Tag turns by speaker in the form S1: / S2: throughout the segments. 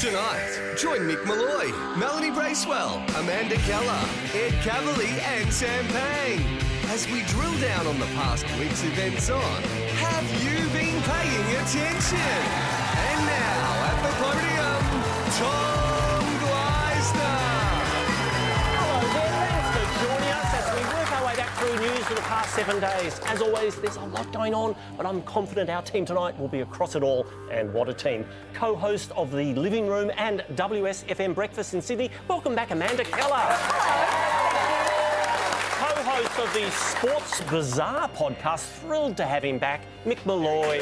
S1: Tonight, join Mick Malloy, Melanie Bracewell, Amanda Keller, Ed Cavalli, and Sam Payne as we drill down on the past week's events on Have You Been Paying Attention? And now at the podium, Tom Gleisner.
S2: Hello there, thanks for joining us as we work our way back through news for the past seven days. As always, there's a lot going on, but I'm confident our team tonight will be across it all. And what a team. Co host of The Living Room and WSFM Breakfast in Sydney, welcome back, Amanda Keller. Co host of the Sports Bazaar podcast, thrilled to have him back, Mick Malloy.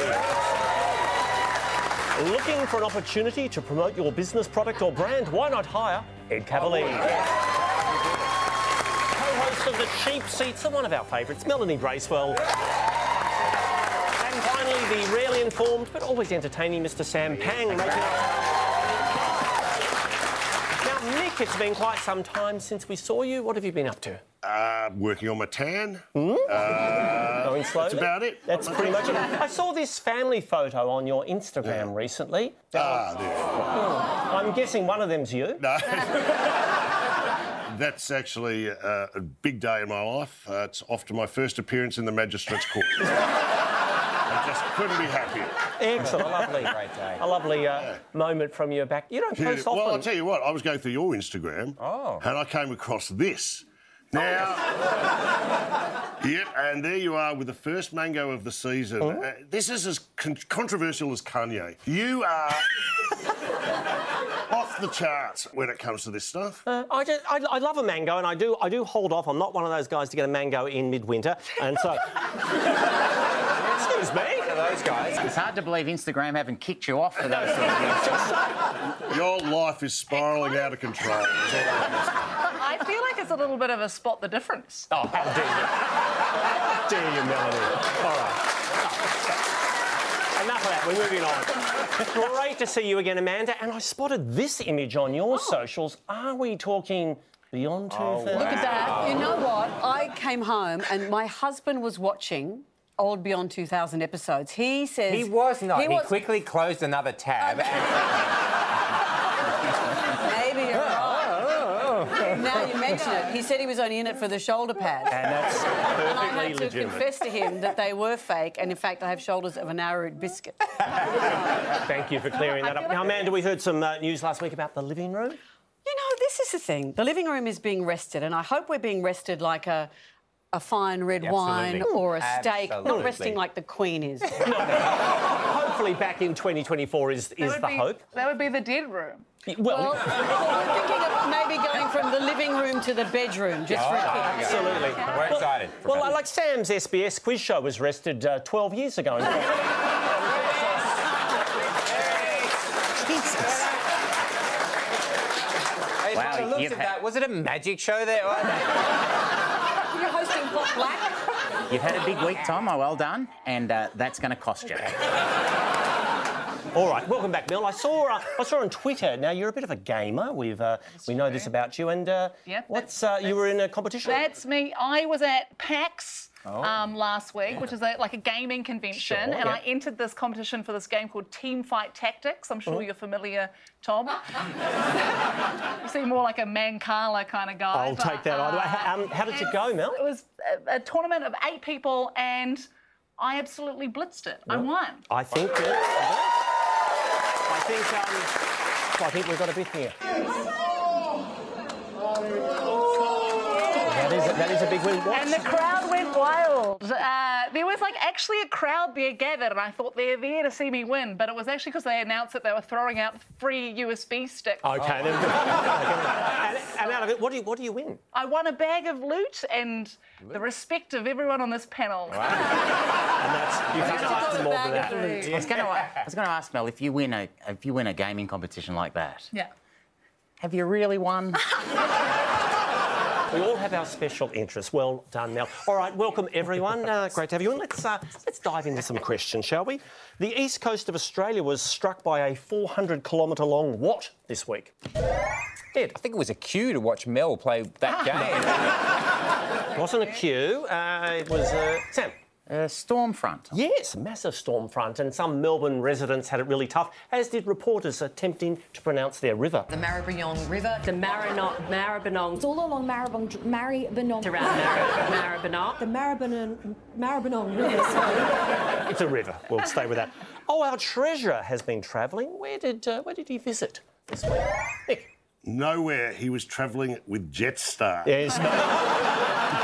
S2: Looking for an opportunity to promote your business, product, or brand? Why not hire Ed Cavalier? co-host of the cheap seats and one of our favourites, Melanie Bracewell. And finally, the rarely informed but always entertaining Mr. Sam Pang. making up- Now, Mick, it's been quite some time since we saw you. What have you been up to?
S3: Uh, working on my tan.
S2: Hmm?
S3: Uh,
S2: Going slowly.
S3: That's about it.
S2: That's pretty much it. I saw this family photo on your Instagram recently. Hmm.
S3: Ah, there.
S2: I'm guessing one of them's you.
S3: That's actually uh, a big day in my life. Uh, it's off to my first appearance in the magistrates' court. I just couldn't be happier.
S2: Excellent, a lovely, great day. A lovely uh, moment from your back. You don't post
S3: Beautiful.
S2: often. Oh.
S3: Well, I'll tell you what. I was going through your Instagram, and I came across this. Now, yep, and there you are with the first mango of the season.
S2: Hmm?
S3: Uh, this is as con- controversial as Kanye. You are off the charts when it comes to this stuff.
S2: Uh, I, just, I, I love a mango, and I do. I do hold off. I'm not one of those guys to get a mango in midwinter, and so. Excuse me.
S4: those guys.
S5: It's hard to believe Instagram haven't kicked you off for those sort of things.
S3: Your life is spiralling out of control.
S6: I feel like it's a little bit of a spot the difference.
S2: Oh, how dare you? How dare you, Melanie? All right. Enough of that. We're moving on. Great to see you again, Amanda. And I spotted this image on
S6: Oh.
S2: your socials. Are we talking beyond
S3: Oh,
S2: 2000?
S6: Look at that. You know what? I came home and my husband was watching old Beyond 2000 episodes. He says
S4: He was not. He,
S6: was-
S4: quickly closed another tab. and-
S6: Maybe
S2: Oh,
S6: you're right. Now you mention it. He said he was only in it for the shoulder pads.
S2: And that's
S6: And I had
S2: perfectly
S6: to
S2: legitimate.
S6: confess to him that they were fake, and in fact, I have shoulders of an arrowroot biscuit.
S2: Thank you for clearing
S6: I
S2: that
S6: feel
S2: up.
S6: like-
S2: Now, Amanda, we heard some uh, news last week about the living room.
S6: You know, this is the thing. The living room is being rested, and I hope we're being rested like a a fine red wine
S4: Absolutely.
S6: or a steak, not
S4: Absolutely.
S6: resting like the Queen is.
S2: Hopefully, back in 2024 is, is the
S7: would be,
S2: hope.
S7: That would be the dead room.
S2: Well,
S6: Well, we're thinking of maybe going from the living room to the bedroom, just for
S2: Ah,
S6: a kick.
S2: absolutely.
S4: We're excited.
S2: Well, like- like Sam's SBS quiz show was rested uh, 12 years ago. In fact.
S1: Jesus.
S4: Hey,
S5: Wow,
S4: by the looks
S5: you've
S4: of
S5: had-
S4: that, was it a magic show there? Or-
S6: You're hosting Block Black.
S5: You've had a big week, Tom. Oh, well done. And uh, that's going to cost you.
S2: All right, welcome back, Mel. I saw uh, I saw on Twitter. Now you're a bit of a gamer. We've uh, we know this about you. And uh,
S7: Yep,
S2: what's uh, you were in a competition?
S7: That's me. I was at PAX um, last week, which is a, like a gaming convention,
S2: Oh. Sure,
S7: and
S2: yeah.
S7: I entered this competition for this game called Team Fight Tactics. I'm
S2: Oh.
S7: sure you're familiar, Tom. you seem more like a Mancala kind of guy.
S2: I'll
S7: but, uh,
S2: take that either way. H- um, how did you go, Mel?
S7: It was a, a tournament of eight people, and I absolutely blitzed it. I won.
S2: I think. I think. Um, I think we've got a bit here. That is a, that is a big win. What?
S7: And the crowd went wild. Uh, there was like actually a crowd there gathered, and I thought they're there to see me win, but it was actually because they announced that they were throwing out free USB sticks.
S2: Okay. Then, and, and out of it, what do you, what do you win?
S7: I won a bag of loot and the respect of everyone on this panel.
S2: And that's you can't ask for more than that.
S5: I was going to I was going to ask Mel if you win a if you win a gaming competition like that,
S7: Yeah.
S5: have you really won?
S2: We all have our special interests. Well done, Mel. All right, welcome everyone. Uh, great to have you. And let's uh, let's dive into some questions, shall we? The east coast of Australia was struck by a 400 kilometre long what this week?
S4: I think it was a cue to watch Mel play that game.
S2: Ah. It wasn't a queue. Uh, it was uh, Sam.
S5: Uh, Stormfront.
S2: Yes, massive storm front, and some Melbourne residents had it really tough, as did reporters attempting to pronounce their river.
S8: The Maribyrnong River.
S9: The Maribyrnong, Maribyrnong,
S8: It's all along Maribyrnong. Maribyrnong.
S9: around Mar- Maribyrnong.
S8: The Maribyrnong. Maribyrnong River. Sorry.
S2: It's a river. We'll stay with that. Oh, our treasurer has been travelling. Where did uh, where did he visit this week? Nick.
S3: Nowhere he was travelling with Jetstar.
S2: Yes. no.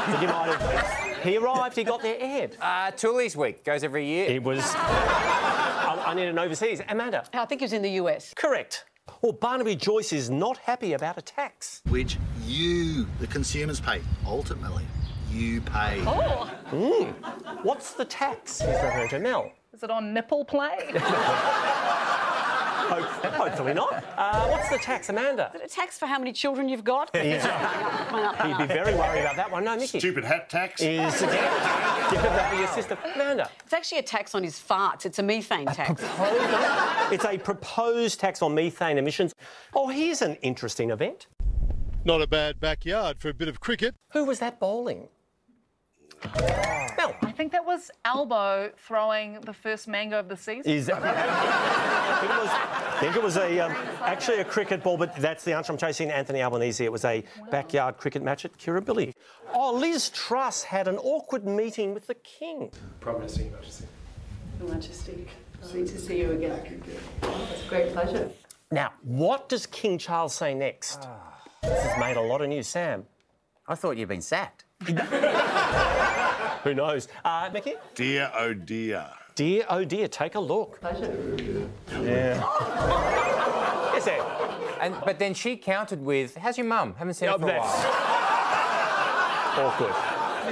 S2: Did he might have- He arrived. He got there aired.
S4: Uh, Toolies Week goes every year.
S2: It was. I, I need an overseas. Amanda.
S6: I think he was in the US.
S2: Correct. Well, Barnaby Joyce is not happy about a tax.
S10: which you, the consumers, pay. Ultimately, you pay.
S6: Oh.
S2: What's Hmm. the tax? He's referring to Mel.
S7: Is it on nipple play?
S2: Hope, hopefully not. Uh, what's the tax, Amanda?
S6: A tax for how many children you've got?
S2: He'd be very worried about that one. No, Nikki.
S3: Stupid hat tax.
S2: Is give that to your sister, Amanda.
S6: It's actually a tax on his farts. It's a methane tax.
S2: It's a proposed tax on methane emissions. Oh, here's an interesting event.
S11: Not a bad backyard for a bit of cricket.
S2: Who was that bowling? Mel.
S7: I think that was Albo throwing the first mango of the season.
S2: Is that? I think it was, I think it was a um, actually a cricket ball, but that's the answer I'm chasing. Anthony Albanese. It was a backyard cricket match at Kirribilli. Oh, Liz Truss had an awkward meeting with the king.
S11: Prime Minister, Majesty.
S9: Majesty, lovely to see you again. It's a great pleasure.
S2: Now, what does King Charles say next? This has made a lot of news, Sam.
S5: I thought you'd been sacked.
S2: Who knows? Uh, Mickey?
S3: Dear, oh dear.
S2: Dear, oh dear, take a look.
S9: Pleasure.
S2: Yes, Sam.
S4: And, but then she countered with, "How's your mum? Haven't seen her
S2: Oh,
S4: for a
S2: that's-
S4: while."
S2: Awkward.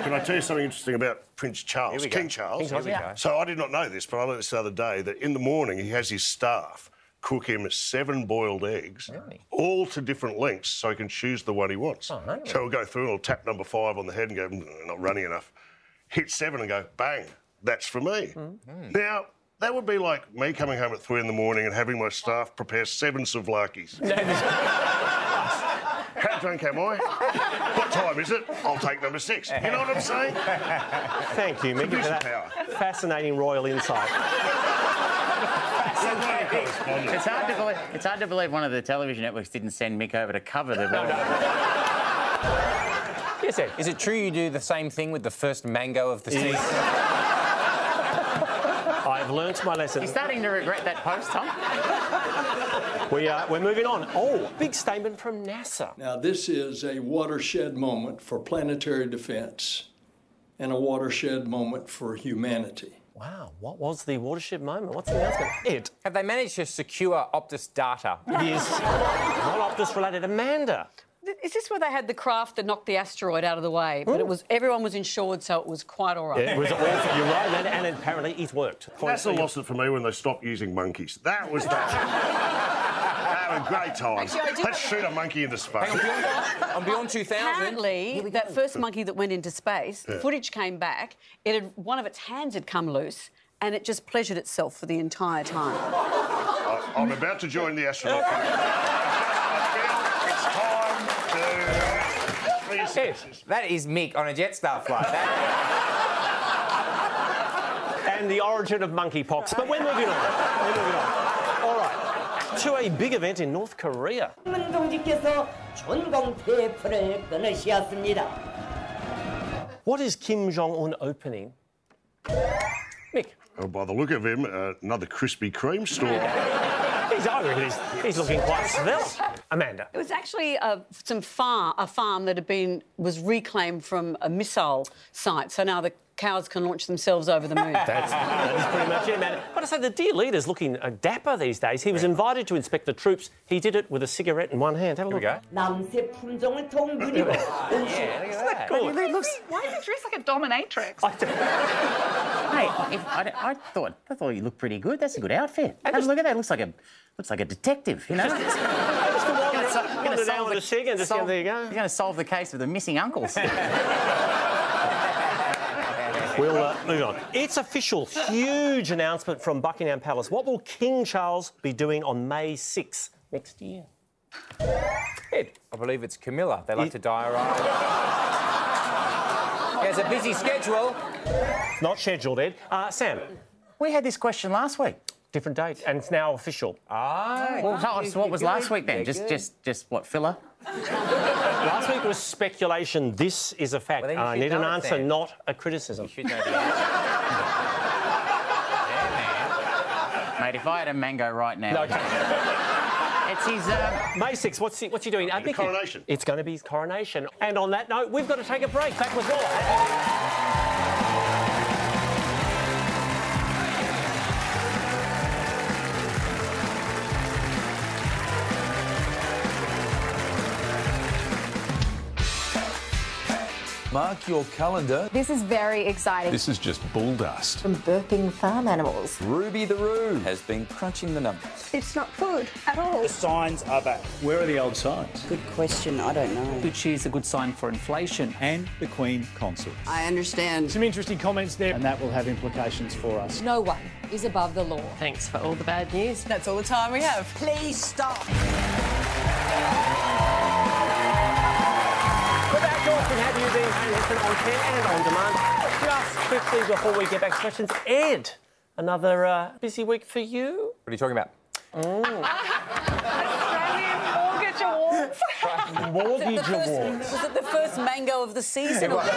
S3: Can I tell you something interesting about Prince Charles,
S4: we go.
S3: King Charles?
S2: King Charles, Here we yeah. go.
S3: So I did not know this, but I learned this the other day that in the morning he has his staff cook him seven boiled eggs, all to different lengths, so he can choose the one he wants.
S2: Oh,
S3: So he'll go through and he'll tap number five on the head and go, "Mm, not runny enough. Hit seven and go, bang, that's for me.
S2: Hmm.
S3: Hmm. Now. That would be like me coming home at three in the morning and having my staff prepare seven souvlaki's. How drunk am I? what time is it? I'll take number six. You know what I'm saying?
S2: Thank you, Mickey, for
S3: Abuse of
S2: that fascinating royal insight.
S3: correspondent.
S5: It's hard, to believe, it's hard to believe one of the television networks didn't send Mick over to cover the.
S2: Yes, Ed.
S4: Is it true you do the same thing with the first mango of the season?
S2: I've learnt my lesson.
S5: You're starting to regret that post, Tom.
S2: We, uh, we're moving on. Oh, big statement from NASA.
S11: Now, this is a watershed moment for planetary defense and a watershed moment for humanity.
S2: Wow, what was the watershed moment? What's the announcement? Ed.
S4: Have they managed to secure Optus data?
S2: It is not Optus related. Amanda.
S6: Is this where they had the craft that knocked the asteroid out of the way? But it was everyone was insured, so it was quite all right.
S2: It was awful. You're right, and, and apparently it worked.
S3: That's the loss of for me when they stopped using monkeys. That was that. That was a great time.
S6: Actually, I do
S3: Let's
S6: have
S3: shoot
S6: a-
S3: a monkey into space.
S4: I'm beyond, I'm beyond 2000.
S6: Apparently, that first monkey that went into space, the footage came back. It had one of its hands had come loose, and it just pleasured itself for the entire time.
S3: I- I'm about to join the astronaut. company. I feel it's time to. Please.
S4: That is Mick on a Jetstar flight. That-
S2: and the origin of monkeypox. But we're moving on. We're moving on. All right. To a big event in North Korea.
S9: 문동지께서 전광 테이프를 끊으셨습니다.
S2: What is Kim Jong Un opening? Mick.
S3: Oh, by the look of him, uh, another Krispy Kreme store.
S2: He's, I reckon he's, he's looking quite svelte. Amanda.
S6: It was actually uh, some farm, a farm that had been was reclaimed from a missile site, so now the cows can launch themselves over the moon.
S2: That's, that is pretty much it, man. But I say the dear leader's looking uh, dapper these days. He was invited to inspect the troops. He did it with a cigarette in one hand. Have a
S4: Here we
S2: look.
S4: go.
S9: 남세 품종을 통그리고
S2: Good.
S7: Why is he dressed like a dominatrix?
S2: I don't-
S5: Hey, if, I, I thought I thought you looked pretty good. That's a good outfit. Have a look at that. Looks like a looks like a detective. You know.
S2: Just the one
S5: Gonna so-
S2: that- one that
S5: gonna
S2: down
S5: solve
S2: with a cig and just yeah,
S5: solve-
S2: there you
S5: He's
S2: go.
S5: going to solve the case of the missing uncles.
S2: We'll uh, move on. It's official. Huge announcement from Buckingham Palace. What will King Charles be doing on May 6th next year? Ed.
S4: I believe it's Camilla. They like
S2: It-
S4: to diarise. He has a busy schedule.
S2: It's not scheduled, Ed. Uh, Sam.
S5: We had this question last week.
S2: Different date, and it's now official.
S4: Ah.
S5: Well, tell us what was last week then? Just, just, just what filler?
S2: Last week was speculation. This is a fact.
S4: then you
S2: I
S4: should
S2: need an
S4: know it,
S2: answer,
S4: Sam.
S2: not a criticism.
S5: Mate, if I had a mango right now.
S2: It's his um... May 6th. What's he, what's he doing? Uh, Nicky,
S3: coronation.
S2: It's going to be his coronation. And on that note, we've got to take a break. Back with more.
S12: Mark your calendar.
S13: This is very exciting.
S12: This is just bull dust.
S13: from burping farm animals.
S12: Ruby the Roo has been crunching the numbers.
S13: It's not food at all.
S14: The signs are back. Where are the old signs? Good question. I don't know. Good cheer's a good sign for inflation. And the Queen Consort.
S9: I understand.
S14: Some interesting comments there. And that will have implications for us.
S15: No one is above the law. Thanks for all the bad news. That's all the time we have. Please stop.
S2: We're back. George can have you being listen on care and on demand. Just quickly before we get back to questions, Ed, another uh, busy week for you. Um,
S4: What are you talking about?
S3: Mm.
S7: Mortgage awards.
S2: Mortgage
S7: awards.
S6: Was it the first mango of the season?
S4: It was.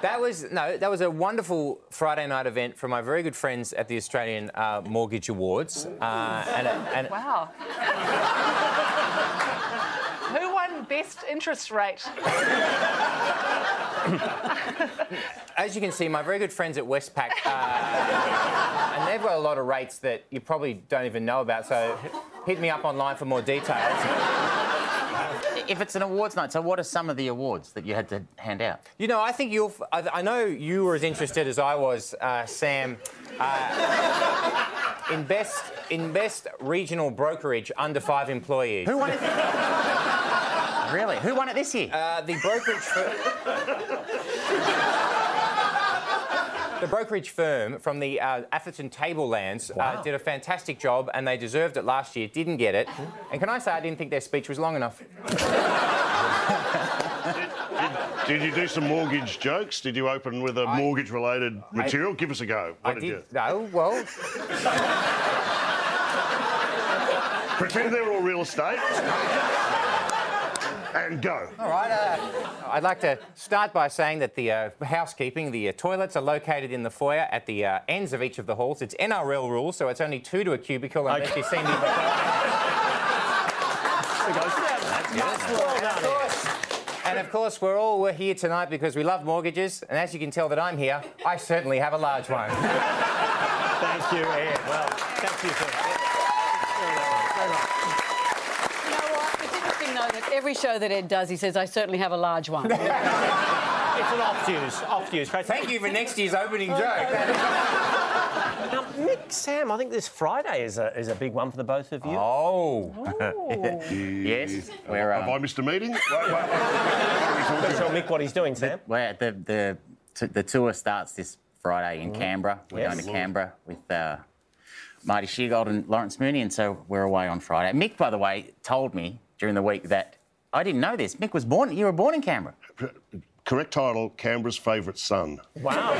S4: That was no, that was a wonderful Friday night event from my very good friends at the Australian uh, Mortgage Awards. Uh, and, and
S7: Wow. Who won best interest rate?
S4: as you can see, my very good friends at Westpac, uh, and they've got a lot of rates that you probably don't even know about. So hit me up online for more details.
S5: If it's an awards night, so what are some of the awards that you had to hand out?
S4: You know, I think you'll. I, I know you were as interested as I was, uh, Sam. Uh, in best in best regional brokerage under five employees. Who won it?
S5: really? Who won it this year?
S4: Uh, the brokerage firm. The brokerage firm from the uh, Atherton Tablelands uh,
S5: Wow.
S4: did a fantastic job and they deserved it last year, didn't get it. And can I say, I didn't think their speech was long enough.
S3: Did you do some mortgage jokes? Did you open with a mortgage related material? Give us a go. What did,
S4: I did-
S3: you?
S4: No, well,
S3: Pretend they're all real estate. and go.
S4: All right. Uh, I'd like to start by saying that the uh, housekeeping, the uh, toilets are located in the foyer at the uh, ends of each of the halls. It's NRL rules, so it's only two to a cubicle unless you see me. And of course, we're all we're here tonight because we love mortgages, and as you can tell that I'm here, I certainly have a large one.
S2: Thank you, Ed. Well, thank you for
S6: You know what? It's interesting though that every show that Ed does, he says, "I certainly have a large one."
S2: It's an opt use. Opt use.
S4: Thank you for next year's opening joke.
S2: Now, Mick, Sam, I think this Friday is a, is a big one for the both of you.
S4: Oh.
S5: yes. Where
S3: Have
S5: um,
S3: I missed a meeting?
S2: Tell Mick what he's doing, Sam.
S5: where the the t- the tour starts this Friday in Canberra. We're
S2: Mm-hmm. Yes.
S5: going to Canberra with. Uh, Marty Sheargold and Lawrence Mooney, and so we're away on Friday. Mick, by the way, told me during the week that I didn't know this. Mick was born, you were born in Canberra.
S3: Correct title Canberra's favourite son.
S2: Wow.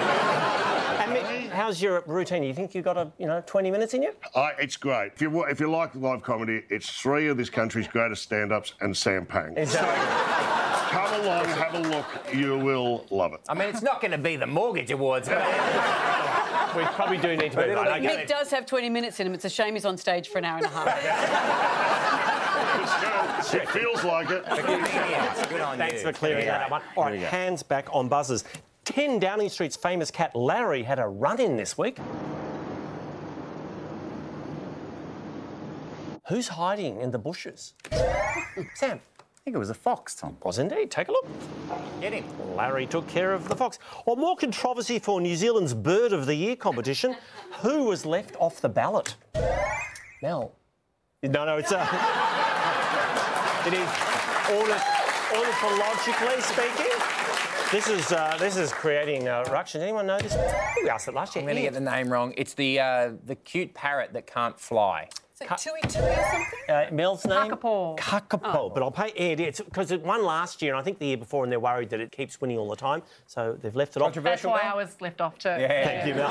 S2: and Mick, how's your routine? You think you got a you know 20 minutes in you?
S3: I, it's great. If you, wa- if you like live comedy, it's three of this country's greatest stand ups and Sam Pang. So come along, have a look. You will love it.
S4: I mean, it's not going to be the mortgage awards, but
S2: We probably do need to move on. Okay.
S6: Mick does have 20 minutes in him. It's a shame he's on stage for an hour and a half.
S3: It feels like it.
S4: good on
S2: Thanks
S4: you.
S2: for clearing
S4: Yeah.
S2: that up. All right, hands back on buzzers. 10 Downing Street's famous cat Larry had a run in this week. Who's hiding in the bushes? Sam.
S5: I think it was a fox, Tom.
S2: Was indeed. Take a look.
S4: Get him.
S2: Larry took care of the fox. Or more controversy for New Zealand's Bird of the Year competition. Who was left off the ballot? Mel. No, no, it's uh it is ornith- ornithologically speaking. This is uh, this is creating uh, ructions. Anyone know this? We asked it last year.
S4: I'm going to get the name wrong. It's the uh, the cute parrot that can't fly.
S2: Ka-
S15: Tui Tui or something?
S2: uh, Mel's name? Kakapo. but I'll pay Ed. It's because it won last year and I think the year before, and they're worried that it keeps winning all the time, so they've left it off.
S7: That's why I was left off too.
S2: Yeah. Thank you, Mel.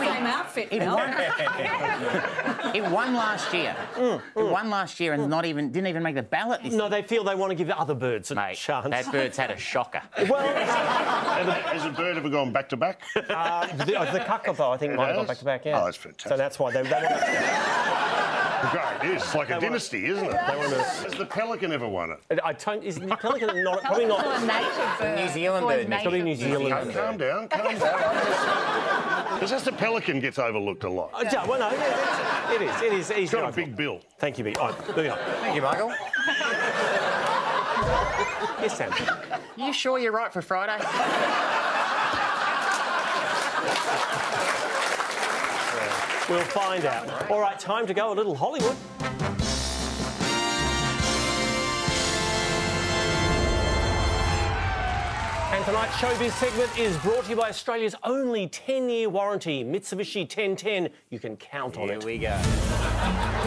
S6: Same outfit,
S5: It
S6: Mel.
S5: won. it won last year. It won last year and not even didn't even make the ballot. This
S2: Mm, no, they feel they want to give the other birds a chance.
S5: That bird's had a shocker.
S3: Has a bird ever gone back to back?
S2: Uh, the, the kakapo, I think,
S3: It
S2: might have gone
S3: has?
S2: back to back, yeah.
S3: Oh, that's fantastic.
S2: So that's why they. they
S3: Great, it is. It's like
S2: They
S3: a
S2: wanna-
S3: dynasty, isn't it?
S2: They wanna-
S3: Has the pelican ever won it?
S2: I don't. Is the pelican not? Probably not.
S3: It's a native
S4: bird. New Zealand It's a bird, Nick.
S2: It's probably New
S4: native
S2: Zealand.
S4: bird.
S2: bird.
S3: Calm down, calm down. It's just the pelican gets overlooked a lot.
S2: Oh, yeah, well, no, yeah, that's- it is. It is. He's
S3: got a
S2: not-
S3: big bill.
S2: Thank you, Mick. All right, moving on.
S4: Thank you, Michael.
S2: Yes, Sam.
S5: you sure you're right for Friday?
S2: We'll find out. All right, time to go a little Hollywood. And tonight's showbiz segment is brought to you by Australia's only 10 year warranty, Mitsubishi 1010. You can count on it. Here
S4: we go.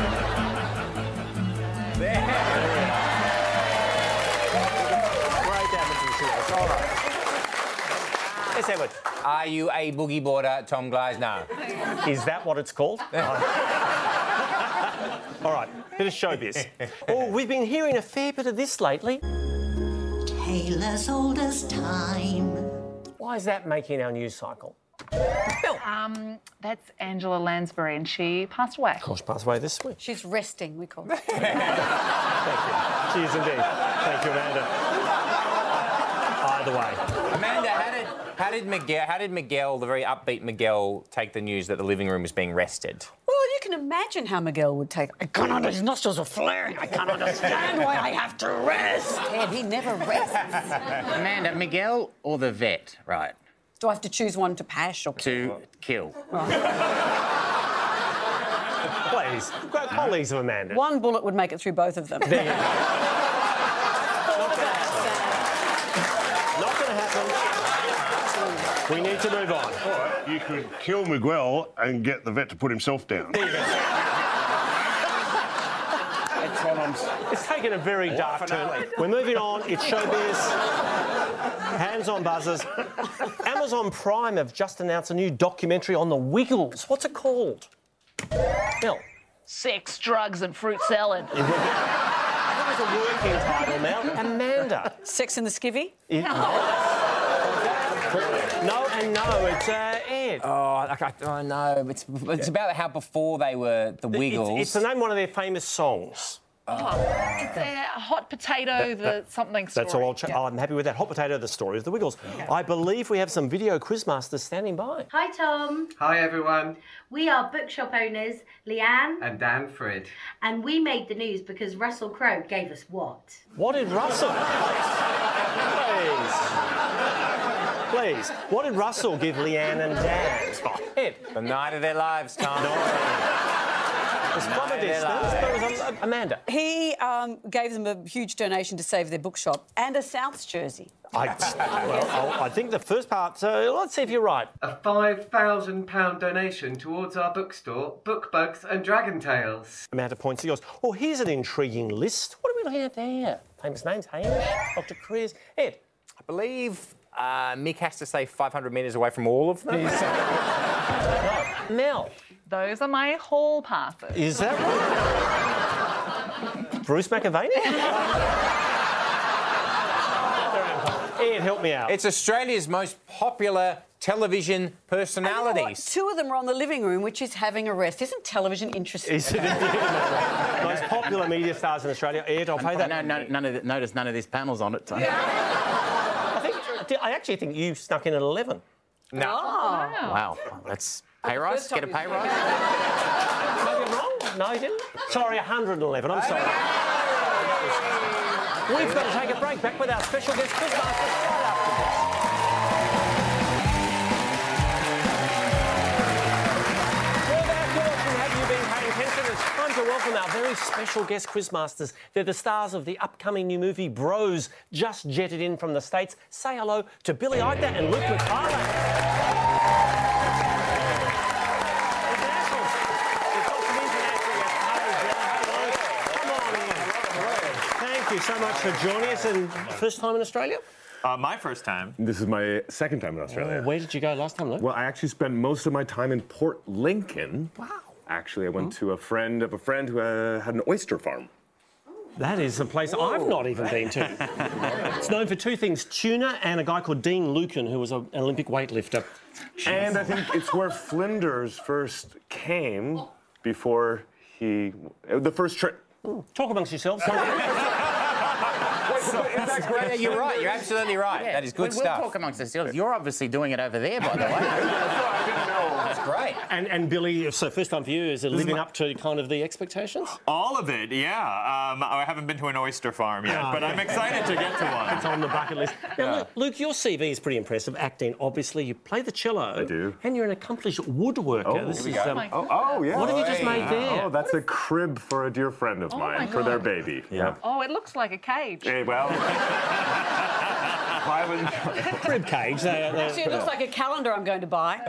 S2: Right there, Mr. All right. Yes, Edward.
S4: Are you a boogie boarder, Tom Gleisner?
S2: Is that what it's called? All right, bit of showbiz. oh, we've been hearing a fair bit of this lately.
S16: Taylor's old as time.
S2: Why is that making our news cycle?
S7: Um, that's Angela Lansbury, and she passed away.
S2: Gosh, passed away this week.
S6: She's resting, we call it.
S2: She is indeed. Thank you, Amanda. Either way.
S4: Amanda, how did, how did Miguel, how did Miguel, the very upbeat Miguel, take the news that the living room was being rested?
S6: Well, you can imagine how Miguel would take. I can't understand. His nostrils are flaring. I can't understand why I have to rest. Ted, he never rests.
S5: Amanda, uh, Miguel or the vet, right?
S6: Do I have to choose one to pash or
S5: To kill.
S2: Please, great colleagues of Amanda.
S6: One bullet would make it through both of them.
S2: There you go. Not going to happen. We need to move on.
S3: You could kill Miguel and get the vet to put himself down.
S2: It's taken a very dark turn. We're moving on. It's showbiz. Hands on buzzers. Amazon Prime have just announced a new documentary on the Wiggles. What's it called? Mel.
S7: Sex, drugs, and fruit salad.
S2: That was a working title, Mel. Amanda.
S6: Sex in the skivvy?
S2: It- No and no, it's uh, Ed.
S4: Oh, I, I, I know. It's, it's about how before they were the Wiggles.
S2: It's, it's the name of one of their famous songs.
S7: Oh, It's a hot potato,
S2: That-
S7: the
S2: that-
S7: something story.
S2: That's all I'll check. Oh, I'm happy with that. Hot potato, the story of the Wiggles. I believe we have some video quizmasters standing by.
S17: Hi, Tom.
S18: Hi everyone,
S17: We are bookshop owners, Leanne,
S18: I'm Danfred.
S17: and we made the news because Russell Crowe gave us what?
S2: What did Russell? Please. Please. What did Russell give Leanne and Dan?
S5: Oh.
S2: Ed.
S4: The night of their lives, Tom.
S2: It's from a distance, but it was a- a- Amanda.
S6: He um, gave them a huge donation to save their bookshop and a Souths jersey.
S2: I, well, I'll- I think the first part, so let's see if you're right.
S18: A five thousand pound donation towards our bookstore, Bookbugs and Dragon Tales.
S2: Amount of points are yours. Oh, here's an intriguing list. What are we looking at there? Famous names Hamish, Dr. Chris, Ed.
S4: I believe uh, Mick has to stay 500 metres away from all of them.
S2: Mel.
S7: Those are my hall passes.
S2: Is that right? Bruce McAvaney? Ian, help me out.
S4: It's Australia's most popular television personalities.
S6: Two of them are on the living room, which is having a rest. Isn't television interesting?
S2: Is it indeed? Most popular media stars in Australia. Ed, I'll pay that.
S5: No, no, none of the, notice none of this panel's on it. Tom.
S2: I think I actually think you snuck in at eleven.
S5: No. Wow, that's pay rise. Get a pay rise.
S2: Maybe I'm wrong. No, you didn't. Sorry, 111. I'm sorry. We've got to take a break. Back with our special guest quizmaster. We're back, y'all, and have you been paying attention? It's time to welcome our very special guest quizmasters. They're the stars of the upcoming new movie Bros, just jetted in from the States. Say hello to Billy Eichner and Luke McFarlane. Internationals. It's off to international. so much for joining us. And first time in Australia?
S19: Uh, my first time. This is my second time in Australia.
S2: where did you go last time, Luke?
S19: Well, I actually spent most of my time in Port Lincoln. Wow. Actually, I went
S2: Hmm.
S19: to a friend of a friend who uh, had an oyster farm.
S2: That is a place I've not even been to. it's known for two things tuna and a guy called Dean Lucan, who was a- an Olympic weightlifter.
S19: And I think it's where Flinders first came before he. uh, The first trip.
S2: Hmm. Talk amongst yourselves.
S4: Yeah, you're right. You're absolutely right. That is good
S5: we,
S4: stuff.
S5: Oh. We'll talk amongst ourselves. You're obviously doing it over there, by the way.
S2: That's great. And, and Billy, so first time for you, is it living up to kind of the expectations?
S19: All
S12: of it, yeah. Um, I haven't been to an oyster farm yet,
S2: Ah,
S12: but I'm excited to get to one.
S2: It's on the bucket list. Now, Lu- Luke, your CV is pretty impressive. Acting, obviously, you play the cello. I do. And you're an accomplished woodworker.
S19: Oh,
S2: This
S19: here
S2: is,
S19: we go.
S2: um,
S19: oh, oh, yeah.
S2: What have you just made there?
S19: Oh, that's a crib for a dear friend of
S7: Oh my
S19: mine, for their
S7: God.
S19: baby. Yeah.
S7: Oh, it looks like a cage.
S19: Hey, well.
S20: Oh
S19: private.
S2: Crib cage.
S6: Actually, it looks like a calendar I'm going to buy.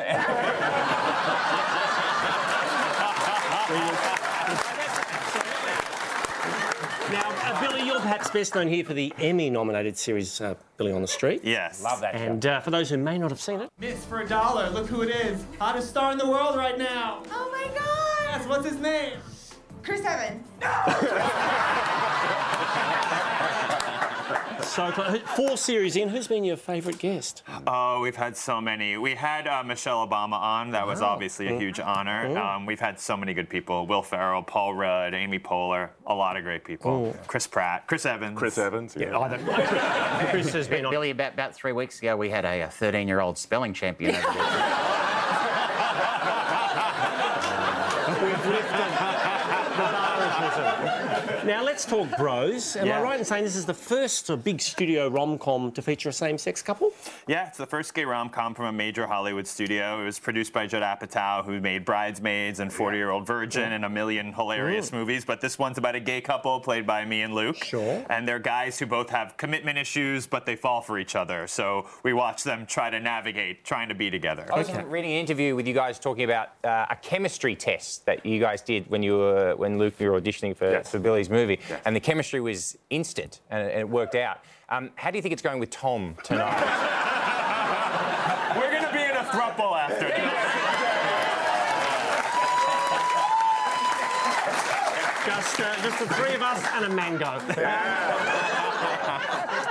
S2: Now, uh, Billy, you're perhaps best known here for the Emmy-nominated series uh, Billy on the Street.
S12: Yes.
S2: Love that And uh, for those who may not have seen it,
S21: Miss for a dollar, look who it is. Hottest star in the world right now.
S20: Oh my god!
S21: Yes, what's his name?
S20: Chris Evans.
S2: so close. four series in, who's been your favourite guest?
S12: Oh, we've had so many. We had uh, Michelle Obama on. That was obviously a huge honor.
S2: Mm.
S12: Um, we've had so many good people: Will Ferrell, Paul Rudd, Amy Poehler, a lot of great
S2: Oh.
S19: Oh.
S12: people. Oh, Chris Pratt, Chris Evans. Chris Evans. Yeah.
S2: Chris has been on.
S5: Billy, about, about three weeks ago, we had a 13 year old spelling champion. over there.
S2: Now let's talk bros. Am I
S12: Yeah.
S2: right in saying this is the first uh, big studio rom-com to feature a same-sex couple?
S12: Yeah, it's the first gay rom com from a major Hollywood studio. It was produced by Judd Apatow, who made Bridesmaids and 40 Year Old Virgin and a million hilarious
S2: Mm.
S12: movies. But this one's about a gay couple played by me and Luke. Sure. And they're guys who both have commitment issues, but they fall for each other. So we watch them try to navigate, trying to be together.
S4: I was reading an interview with you guys talking about uh, a chemistry test that you guys did when you were when Luke you were auditioning for, for Billy's movie, and the chemistry was instant and it, and it worked out. Um, how do you think it's going with Tom tonight?
S12: We're going to be in a thruple after this.
S2: Just, uh, just the three of us and a mango.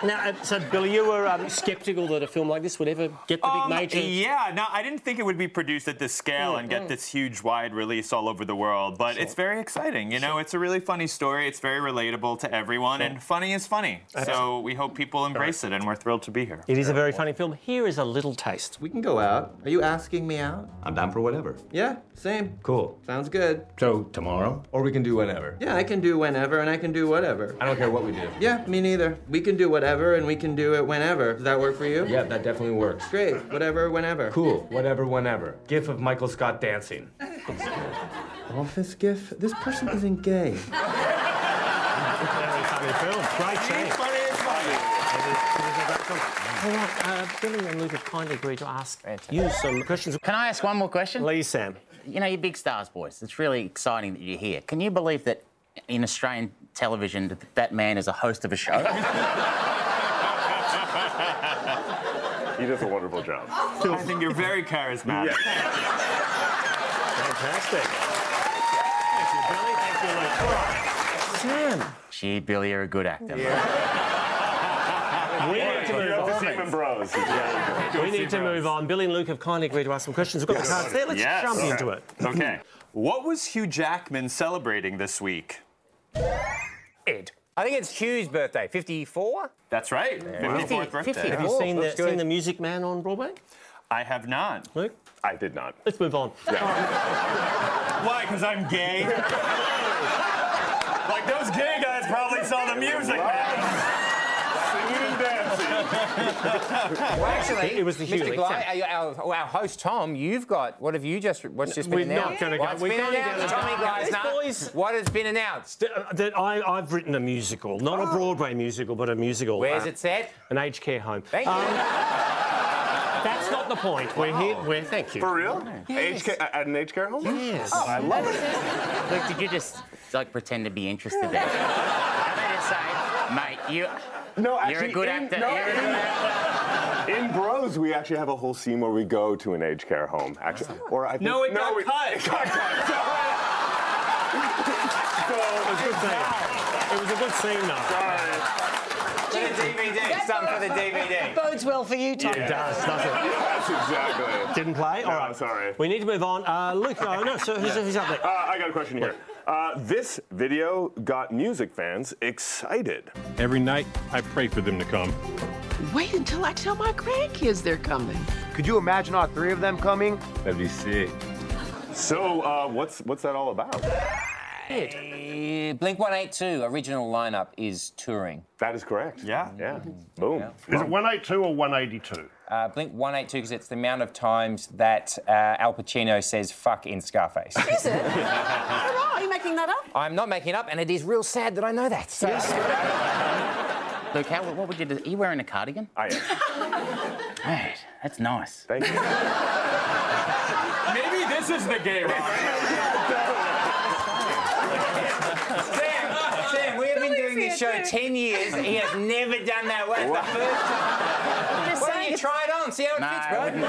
S2: now, uh, so Billy, you were um, sceptical that a film like this would ever get the big
S12: Um,
S2: major.
S12: Yeah, no, I didn't think it would be produced at this scale and get this huge wide release all over the world, but it's very exciting. You know, it's a really funny story. It's very relatable to everyone, and funny is funny. So we hope people embrace it, and we're thrilled to be here.
S2: It is a very funny film. Here is a little taste.
S22: We can go out. Are you asking me out?
S23: I'm down for whatever.
S22: Yeah, same.
S23: Cool.
S22: Sounds good.
S23: So tomorrow, or we can do whenever.
S22: Yeah, I can do whenever and I can do whatever.
S23: I don't care what we do.
S22: Yeah, me neither. We can do whatever and we can do it whenever. Does that work for you?
S23: Yeah, that definitely works.
S22: Great. Whatever, whenever.
S23: Cool. Whatever, whenever. GIF of Michael Scott dancing.
S22: Oh, this gif. This person isn't gay.
S2: Very funny film. Great scene. All right, uh, Billy and Luke have kindly agreed to ask you some questions.
S5: Can I ask one more question?
S2: Please, Sam.
S5: You know, you're big stars, boys. It's really exciting that you're here. Can you believe that in Australian television, that- that man is a host of a show?
S19: He does a wonderful job.
S12: I think you're very charismatic.
S2: Fantastic. Sam.
S5: Gee, Billy, you're a good actor.
S2: We need to move on. We need to move on. Billy and Luke have kindly agreed to ask some questions. We've got the cards there. Let's
S12: Yes.
S2: jump
S12: Okay.
S2: into it.
S12: Okay. What was Hugh Jackman celebrating this week?
S2: Ed.
S4: I think it's Hugh's birthday, 54.
S12: That's right.
S4: Yeah.
S12: 54th
S4: Fifty-
S12: birthday.
S2: Have you seen, the, seen the Music Man on Broadway?
S12: I have not.
S2: Luke?
S12: I did not.
S2: Let's move on.
S12: Why? Because I'm gay? like, those gay guys probably saw the music.
S4: Well, actually,
S2: It was the
S4: Mr.
S2: Hughley.
S4: Gly, our, our- our host Tom, you've got what have you just what's just been
S2: We're
S4: announced?
S2: not gonna go-
S4: What's
S2: we're
S4: been
S2: going
S4: announced,
S2: down-
S4: Tommy
S2: These
S4: Gleisner? What has been announced?
S2: That- that uh, I, I've written a musical, not
S19: Oh.
S2: a Broadway musical, but a musical.
S4: Where's it set?
S2: An aged care home. Um,
S4: Thank you.
S2: That's not the point. We're here. We're thank you.
S19: For real? Age ca- uh, at an age care home? Oh,
S2: Yes.
S19: I love it.
S5: Luke, did you just like pretend to be interested there? Can I just say, mate, You,
S19: No,
S5: You're a
S19: actually,
S5: good
S19: in,
S5: actor.
S19: no,
S5: You're a good
S19: in- In Bros, we actually have a whole scene where we go to an aged care home. Actually, or I think,
S22: No, it got
S19: we-
S22: cut.
S19: It got cut.
S2: So it was a good scene. It was a good scene, though.
S4: For the DVD. Something for the DVD.
S2: Bodes well for you, Tom. It does, doesn't it?
S19: That's exactly.
S2: Didn't play? All right. Sorry. We need to move on. Uh, Luke, no, no, so who's, who's up there?
S19: Uh, I got a question here. Uh, this video got music fans excited.
S1: Every night, I pray for them to come.
S8: Wait until I tell my grandkids they're coming.
S19: Could you imagine all three of them coming? That'd be sick. So, uh, what's what's that all about?
S4: Blink 182 original lineup is touring.
S19: That is correct.
S4: Yeah.
S19: Yeah. Boom.
S4: Is it
S3: 182 or 182?
S4: Uh, Blink 182 because it's the amount of times that uh, Al Pacino says fuck in Scarface.
S6: Is it? Are you making that up?
S4: I'm not making it up, and it is real sad that I know that. So.
S5: Luke, how, what would you do? Are you wearing a cardigan?
S19: I am.
S5: Right, that's nice.
S19: Thank you.
S12: Maybe this is the gay
S4: Sam, Sam, we have been doing this show 10 years. He has never done that way. It's the first time.
S5: Just
S4: Why
S5: saying it's-
S4: don't you try it on? See how it fits, bro.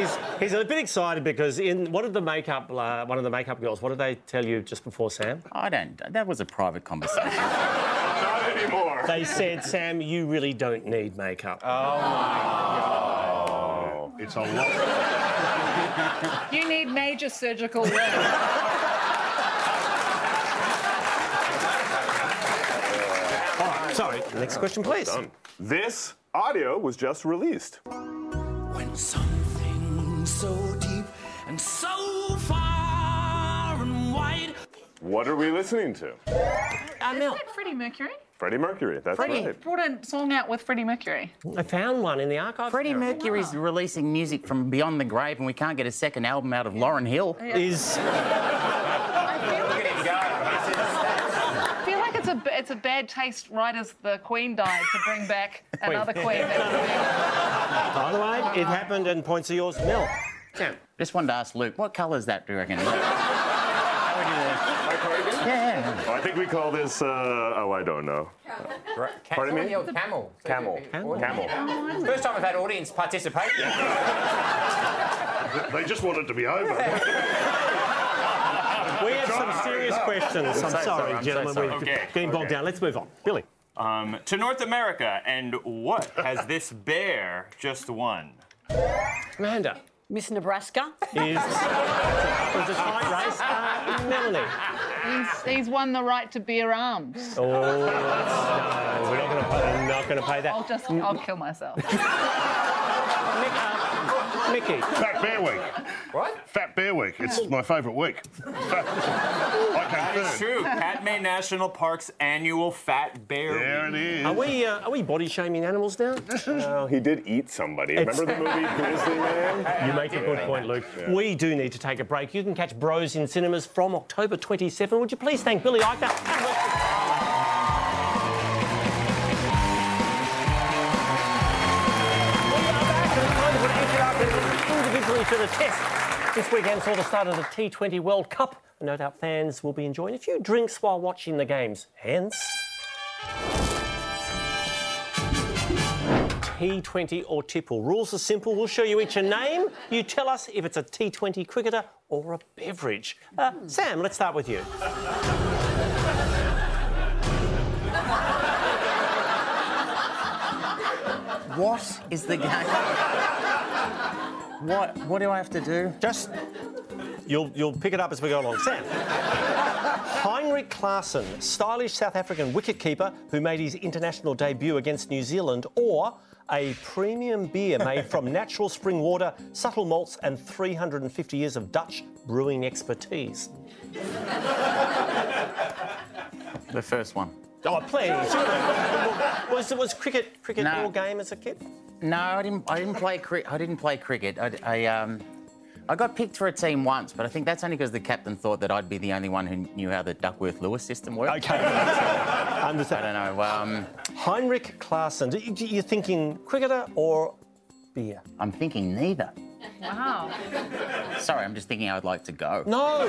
S2: He's, he's a bit excited because in what did the makeup uh, one of the makeup girls what did they tell you just before Sam?
S5: I don't. That was a private conversation.
S19: Not anymore.
S2: They said, Sam, you really don't need makeup. Oh my
S19: Oh.
S3: god. It's a lot.
S7: You need major surgical work.
S2: Sorry. Next question, please.
S19: This audio was just released.
S10: When something so deep and so far and wide.
S19: What are we listening to?
S7: Isn't that Freddie Mercury?
S19: Freddie Mercury. That's
S7: Freddie
S19: right.
S7: brought a song out with Freddie Mercury.
S2: I found one in the archive.
S5: Freddie Mercury's releasing music from beyond the grave, and we can't get a second album out of Lauren Hill.
S7: Yeah. Is- I feel like it's a b- it's a bad taste right as the Queen died to bring back another Queen.
S2: By the way, it happened and points are yours. Mil.
S5: Just wanted to ask Luke, what colour is that, do you reckon? How would you do that? Yeah,
S19: I think we call this. Uh, oh, I don't know. Pardon me.
S4: Camel. Camel.
S19: Camel. Camel.
S4: First time I've had audience participation.
S3: They just want it to be over.
S2: We have some serious questions. I'm sorry, gentlemen. We're getting bogged down. Let's move on. Billy.
S12: Um, to North America, and what has this bear just won?
S2: Amanda.
S6: Miss Nebraska.
S2: Is was a tight race. Uh, Melanie.
S7: he's, he's won the right to bear arms.
S2: Oh, no, we're not going to pay. Not going to pay
S7: I'll
S2: that.
S7: just I'll kill myself.
S2: Mickey.
S3: Fat Bear Week.
S4: What?
S3: Fat Bear Week. It's my favourite week.
S12: That is true. Katmai National Park's annual Fat Bear.
S3: There
S12: Week.
S2: Are we uh, are we body shaming animals now?
S19: No, he did eat somebody.
S2: It's-
S19: Remember the movie Grizzly Man?
S2: You make a good point, Luke. We do need to take a break. You can catch Bros in cinemas from October 27. Would you please thank Billy Eichner? Individually to the test. This weekend saw the start of the T20 World Cup. No doubt fans will be enjoying a few drinks while watching the games. Hence. T20 or tipple. Rules are simple. We'll show you each a name. You tell us if it's a T20 cricketer or a beverage. Uh, Sam, let's start with you.
S5: What is the game? What what do I have to do?
S2: Just you'll you'll pick it up as we go along. Sam. Heinrich Klaassen, stylish South African wicketkeeper who made his international debut against New Zealand, or a premium beer made from natural spring water, subtle malts, and 350 years of Dutch brewing expertise.
S5: The first one.
S2: Oh, please. was was cricket cricket
S5: No.
S2: your game as a kid?
S5: No, I didn't. I didn't play. Cri- I didn't play cricket. I, I um, I got picked for a team once, but I think that's only because the captain thought that I'd be the only one who knew how the Duckworth Lewis system worked.
S2: Okay. Understand.
S5: I don't know. Um,
S2: Heinrich Klaassen. Do you- You're thinking cricketer or beer?
S5: I'm thinking neither.
S7: Wow.
S5: Sorry, I'm just thinking I'd like to go.
S2: No.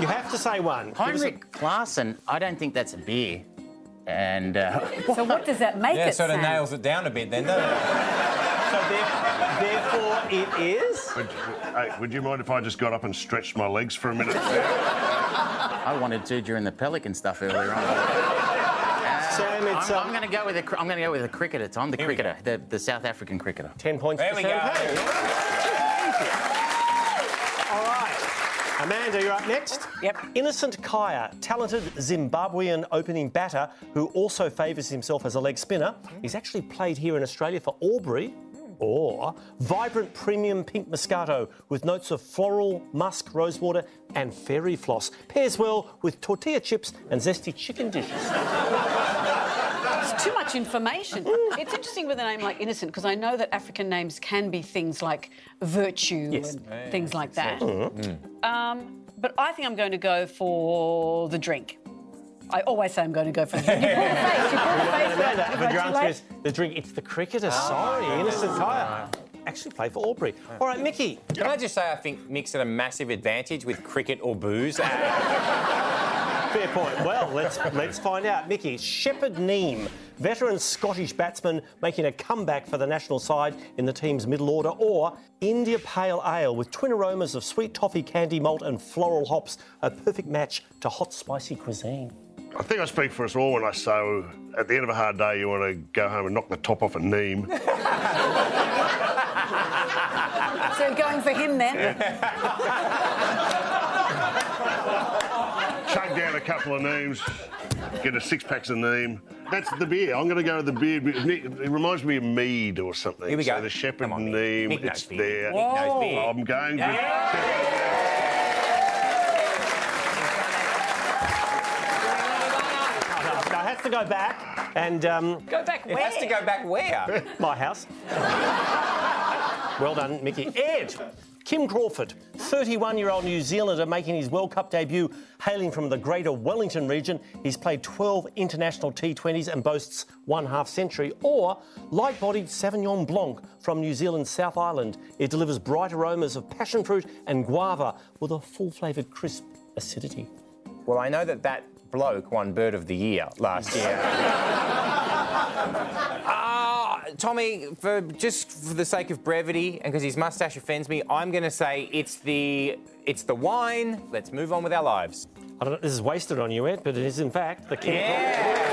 S2: you have to say one. Give us a-
S5: Heinrich Klaassen. I don't think that's a beer. And uh,
S6: So what does that make
S4: yeah,
S6: it?
S4: sort of
S6: Sam?
S4: nails it down a bit then, doesn't it?
S2: Therefore, it is.
S3: Would, hey, would you mind if I just got up and stretched my legs for a minute?
S5: I wanted to during the Pelican stuff earlier on.
S2: Sam, it's,
S5: I'm, I'm going to go with the. cr- I'm going to go with the cricketer. Tom, the cricketer, the, the South African cricketer.
S2: Ten points.
S5: There
S2: for
S5: we
S2: Sam
S5: go.
S2: Payne. All right. Amanda, you're up next. Yep. Innocent Kaya, talented Zimbabwean opening batter who also favours himself as a leg spinner. He's actually played here in Australia for Albury. Or vibrant premium pink Moscato with notes of floral, musk, rosewater, and fairy floss. Pairs well with tortilla chips and zesty chicken dishes.
S6: It's too much information. it's interesting with a name like Innocent because I know that African names can be things like virtue
S2: Yes.
S6: and things like that.
S2: Mhm.
S19: Mm-hmm.
S6: Um, but I think I'm going to go for the drink. I always say I'm going to go for the drink. You pulled a face. You pulled a face.
S2: Amanda,
S6: Congratulations.
S2: but your answer is the drink. It's the cricketer.
S4: Oh,
S2: sorry,
S4: my goodness.
S2: innocent Kaya. Actually, play for Albury. All right, Mickey.
S4: Can I just say I think Mick's at a massive advantage with cricket or booze?
S2: Fair point. Well, let's let's find out. Mickey Shepherd Neame, veteran Scottish batsman making a comeback for the national side in the team's middle order, or India Pale Ale with twin aromas of sweet toffee, candy malt, and floral hops, a perfect match to hot spicy cuisine.
S3: I think I speak for us all when I say, at the end of a hard day, you want to go home and knock the top off a neem.
S6: So you're going for him then?
S3: Chug down a couple of names, get a six packs of neem. That's the beer. I'm going to go with the beer. It reminds me of mead or something. Here we go. So the shepherd neem.
S4: Nick knows
S3: It's there.
S4: beer.
S3: Oh,
S4: Nick knows Whoa. beer.
S3: I'm going with.
S2: No, I have to go back and um,
S4: Go back It has to go back where?
S2: my house. Well done, Mickey. Ed! Kim Crawford, 31 year old New Zealander making his World Cup debut, hailing from the greater Wellington region. He's played 12 international T20s and boasts one half century. Or light bodied Sauvignon Blanc from New Zealand's South Island. It delivers bright aromas of passion fruit and guava with a full flavoured crisp acidity.
S4: Well, I know that that bloke won Bird of the Year last year. Ah, Tommy, for just for the sake of brevity and because his mustache offends me, I'm going to say it's the it's the wine. Let's move on with our lives.
S2: I don't know, this is wasted on you, Ed, but it is in fact the Kim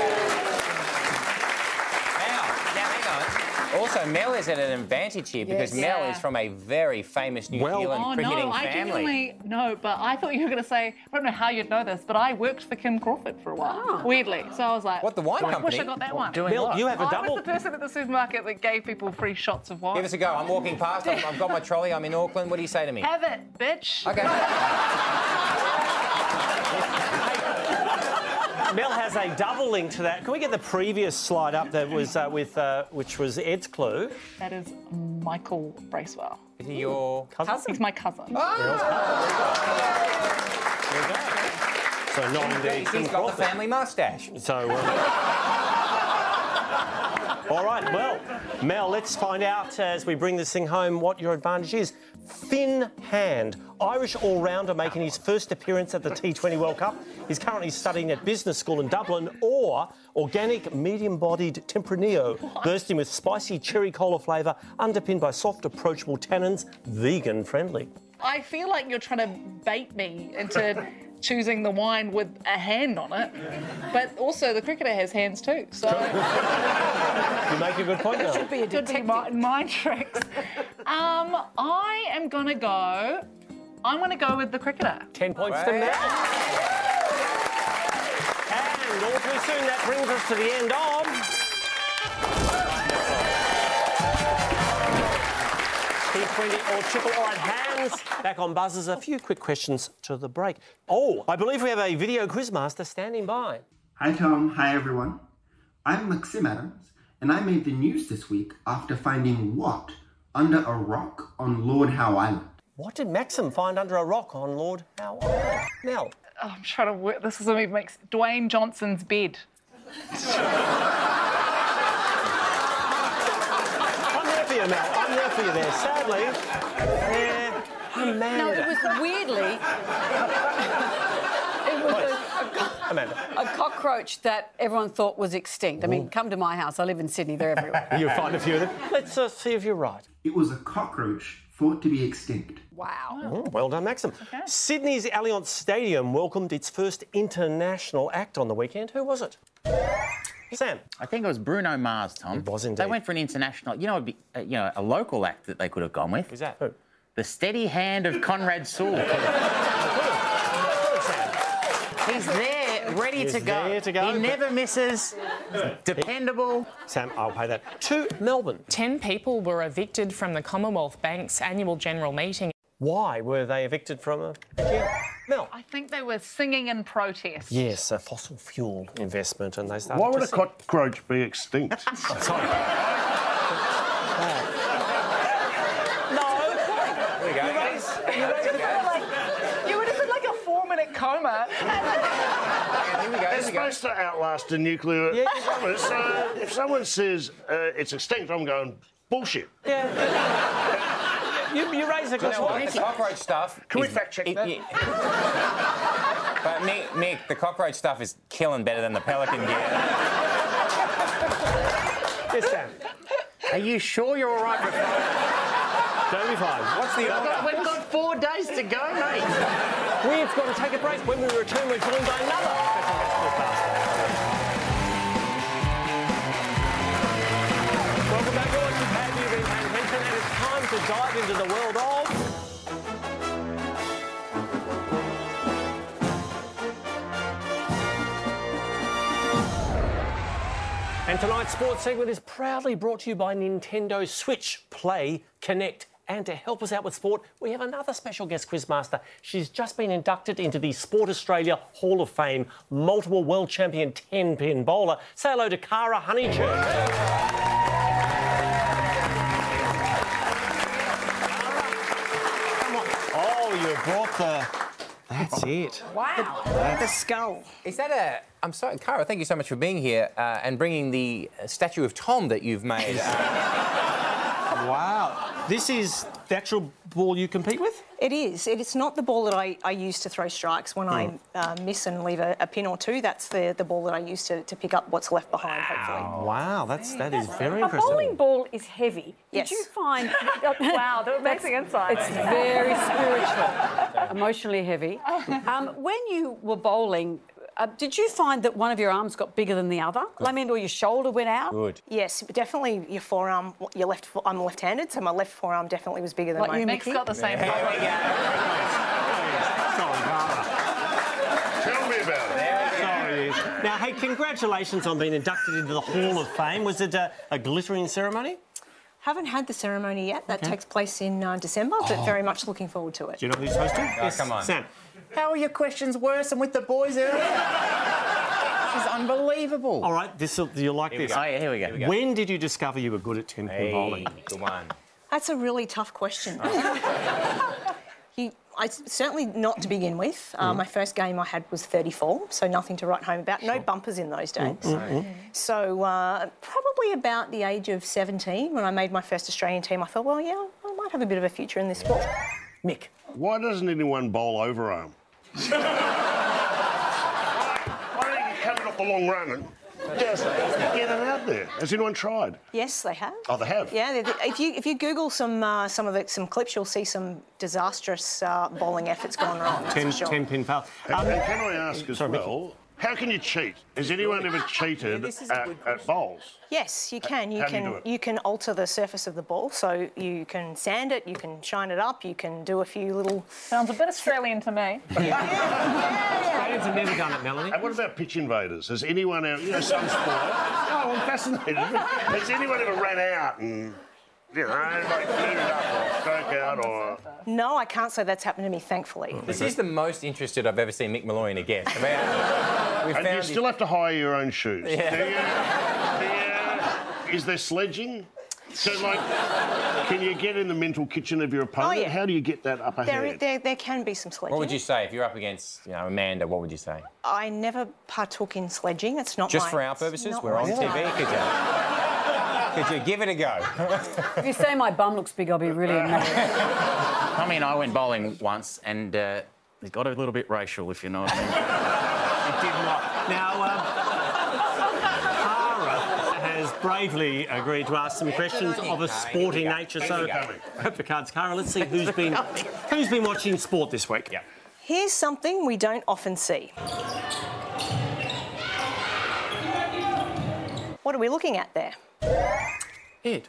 S4: Also, Mel is at an advantage here because
S7: Yes.
S4: Mel
S7: Yeah.
S4: is from a very famous New Zealand
S7: oh
S4: cricketing
S7: no, I
S4: family.
S7: genuinely no, but I thought you were going to say I don't know how you'd know this, but I worked for Kim Crawford for a while, weirdly. So I was like,
S4: What, the wine
S7: I
S4: company?
S7: wish I got that one.
S4: Ah. Doing Mel, what? you have a
S7: I
S4: double-
S7: was the person at the supermarket that gave people free shots of wine.
S4: Give us a go. I'm walking past. I've, I've got my trolley. I'm in Auckland. What do you say to me?
S7: Have it, bitch.
S4: Okay.
S2: Mel has a double link to that. Can we get the previous slide up that was uh, with uh, which was Ed's clue?
S7: That is Michael Bracewell.
S4: Is he your
S2: cousin?
S7: He's my cousin.
S4: Ah!
S2: So not indeed.
S4: He's got the family mustache.
S2: So. uh, All right, well, Mel, let's find out uh, as we bring this thing home what your advantage is. Finn Hand, Irish all rounder making his first appearance at the T20 World Cup. He's currently studying at business school in Dublin, or organic medium bodied Tempranillo, bursting with spicy cherry cola flavour, underpinned by soft, approachable tannins, vegan friendly.
S7: I feel like you're trying to bait me into choosing the wine with a hand on it, but also the cricketer has hands too. So
S2: You make a good point, Mel.
S7: be a detective. Mind, mind tricks. Um, I am gonna go. I'm gonna go with the cricketer.
S2: Ten points to Mel. And all too soon, that brings us to the end of. T20 or triple. All right, hands back on buzzers. A few quick questions to the break. Oh, I believe we have a video quizmaster standing by.
S9: Hi, Tom. Hi, everyone. I'm Maxim Adams, and I made the news this week after finding what under a rock on Lord Howe Island.
S2: What did Maxim find under a rock on Lord Howe Island? Mel.
S7: Oh, I'm trying to work. This doesn't even make s- Dwayne Johnson's bed.
S2: I'm there for you, Mel. I'm there for you there. Sadly, eh, yeah, Amanda.
S6: No, it was weirdly. it was a,
S2: Amanda.
S6: A cockroach that everyone thought was extinct. I mean, come to my house. I live in Sydney. They're everywhere.
S2: You'll find a few of them. Let's uh, see if you're right.
S9: It was a cockroach thought to be extinct.
S6: Wow.
S2: Mm, well done, Maxim. Sydney's Allianz Stadium welcomed its first international act on the weekend. Who was it? Sam.
S5: I think it was Bruno Mars, Tom. It was indeed. They went for an international. You know, it'd be, uh, you know, a local act that they could have gone with. Who's
S4: that?
S5: Who? The steady hand of Conrad Sewell. He's there, ready
S2: He's
S5: to go.
S2: there to go.
S5: He never misses. Dependable.
S2: Sam, I'll pay that. To Melbourne.
S11: Ten people were evicted from the Commonwealth Bank's annual general meeting.
S2: Why were they evicted from a. No.
S7: I think they were singing in protest.
S2: Yes, a fossil fuel investment, and they started.
S3: Why would
S2: to
S3: a
S2: sing.
S3: cockroach be extinct?
S7: No.
S4: There you go.
S7: You guys, you guys would have been like, you would have been like a four-minute coma.
S3: It's supposed to outlast a nuclear
S7: Yeah.
S3: bomber, so if someone says uh, it's extinct, I'm going, bullshit.
S2: You, you raise a
S4: Do you
S2: good
S4: know what? The cockroach stuff.
S3: Can we
S4: is-
S3: fact check
S4: it-
S3: that?
S4: yeah. but Mick, Mick, the cockroach stuff is killing better than the pelican gear.
S2: Yes, Sam.
S5: Are you sure you're all right?
S2: Don't be fine.
S4: What's the order?
S5: We've got four days to go, mate.
S2: We've got to take a break. When we return, we're joined by another special guest broadcaster. Welcome back, all. If you have, you've been paying attention, and it's time to dive into the world of. And tonight's sports segment is proudly brought to you by Nintendo Switch. Play, connect, and to help us out with sport, we have another special guest quizmaster. She's just been inducted into the Sport Australia Hall of Fame, multiple world champion 10 pin bowler. Say hello to Cara Honeychurch. Oh, you brought the. That's it.
S11: Wow.
S4: The skull. Is that a? I'm sorry, Cara. Thank you so much for being here uh, and bringing the uh, statue of Tom that you've made.
S2: wow. This is the actual ball you compete with?
S13: It is. It- It's not the ball that I, I use to throw strikes when
S2: Hmm.
S13: I uh, miss and leave a, a pin or two. That's the, the ball that I use to, to pick up what's left behind, hopefully.
S2: Wow, that's Oh, that is very
S13: A
S2: impressive.
S13: bowling
S6: ball is heavy.
S13: Yes.
S6: Did you find?
S13: Wow,
S7: they're amazing insight.
S6: It's very spiritual, emotionally heavy. Um, when you were bowling, uh, did you find that one of your arms got bigger than the other? I mean, or your shoulder went out?
S13: Good. Yes, definitely your forearm, your left fo- I'm left-handed, so my left forearm definitely was bigger than
S6: Like
S13: my
S6: you,
S13: Mick's
S6: Mickey? got the
S13: same
S3: Tell me about it.
S2: Sorry. Now, hey, congratulations on being inducted into the Hall of Fame. Was it a, a glittering ceremony?
S13: Haven't had the ceremony yet. That
S2: Okay.
S13: takes place in uh, December,
S2: Oh.
S13: but very much looking forward to it.
S2: Do you know who's hosting?
S13: Oh,
S5: Ah,
S13: come on.
S2: Sam.
S5: How are your questions worse than with the boys earlier? this is unbelievable.
S2: All right, this will you'll like
S5: Here we
S2: this.
S5: go. Oh, yeah, here we go. Here we go.
S2: When did you discover you were good at ten pin
S5: Hey,
S2: bowling?
S5: good one.
S13: That's a really tough question. you, I s- certainly not to begin with. Uh,
S6: Mm.
S2: Mm-hmm.
S13: My first game I had was 34, so nothing to write home about. No bumpers in those days.
S2: Mm-hmm.
S13: So uh, probably about the age of 17, when I made my first Australian team, I thought, well, yeah, I might have a bit of a future in this sport.
S2: Mick.
S3: Why doesn't anyone bowl overarm? Why don't you cut it off the long run and just get it out there? Has anyone tried?
S13: Yes, they have.
S3: Oh, they have?
S13: Yeah, they- they- if you if you Google some uh, some of the, some clips, you'll see some disastrous uh, bowling efforts gone wrong. that's
S2: Ten,
S13: for sure.
S2: 10 pin foul. Um,
S3: and can I ask as well, how can you cheat? Has anyone ever cheated at, at bowls?
S13: Yes, you can. You
S3: How do you
S13: can
S3: do it?
S13: can alter the surface of the ball, so you can sand it, you can shine it up, you can do a few little.
S7: Sounds a bit Australian to me.
S2: Australians have never done it, Melanie.
S3: And what about pitch invaders? Has anyone ever, you know, some sport? oh, I'm fascinated. Has anyone ever ran out and, you know, like glued up or spoke out or.
S13: No, I can't say that's happened to me, thankfully.
S4: this is the most interested I've ever seen Mick Malloy in a guest. I mean, we
S3: And you
S4: found
S3: still have to hire your own shoes.
S4: Yeah.
S3: Do you? Yeah. Is there sledging? So, like, can you get in the mental kitchen of your opponent?
S13: Oh, yeah.
S3: How do you get that upper
S13: There,
S3: hand?
S13: there, there can be some sledging.
S4: What would you say if you're up against, you know, Amanda? What would you say?
S13: I never partook in sledging. It's not
S4: Just
S13: my-
S4: for our
S13: it's
S4: purposes,
S13: not
S4: we're
S13: my
S4: on
S13: style.
S4: TV. Could you? Could you give it a go?
S6: If you say my bum looks big, I'll be really annoyed.
S5: Tommy and I went bowling once, and uh, it got a little bit racial, if you know what I mean.
S2: It did not. Now,
S4: uh,
S2: um, Tara has bravely agreed to ask some questions of a sporting nature. So, hope the cards, Cara. Let's see who's been who's been watching sport this week. Yeah.
S13: Here's something we don't often see. What are we looking at there?
S4: It.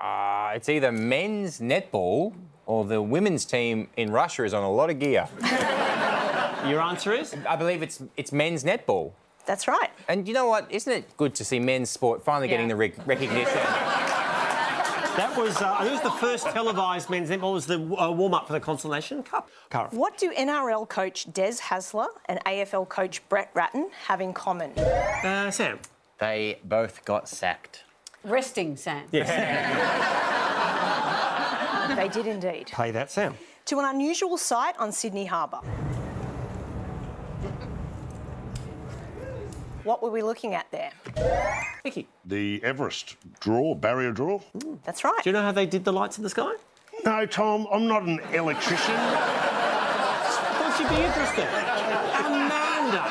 S4: Uh, it's either men's netball or the women's team in Russia is on a lot of gear.
S2: Your answer is?
S4: I believe it's it's men's netball.
S13: That's right.
S4: And you know what? Isn't it good to see men's sport finally getting the rec- recognition?
S2: That was uh, it was the first televised men's netball. Was the uh, warm up for the Consolation Cup? Cara.
S13: What do NRL coach Des Hasler and AFL coach Brett Ratton have in common?
S2: Uh, Sam.
S5: They both got sacked.
S6: Resting, Sam.
S13: they did indeed.
S2: Play that, Sam.
S13: To an unusual site on Sydney Harbour. What were we looking at there?
S3: The Everest draw, barrier draw.
S13: That's right.
S2: Do you know how they did the lights in the sky?
S3: No, Tom, I'm not an electrician.
S2: Thought you'd be interested. Amanda.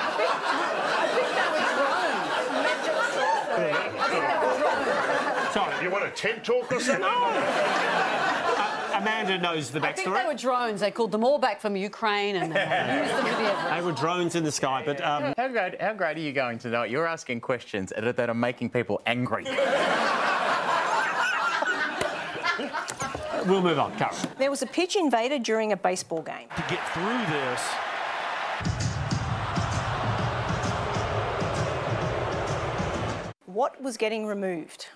S2: Sorry,
S3: you want a TED talk or something?
S2: Uh, Amanda knows the
S6: I think
S2: backstory.
S6: they were drones. They called them all back from Ukraine and they used them to be
S2: They were drones in the sky, but um,
S5: How great, how great are you going to know? You're asking questions that are- that are making people angry.
S2: we'll move on. Carol.
S13: There was a pitch invader during a baseball game.
S10: To get through this.
S13: What was getting removed?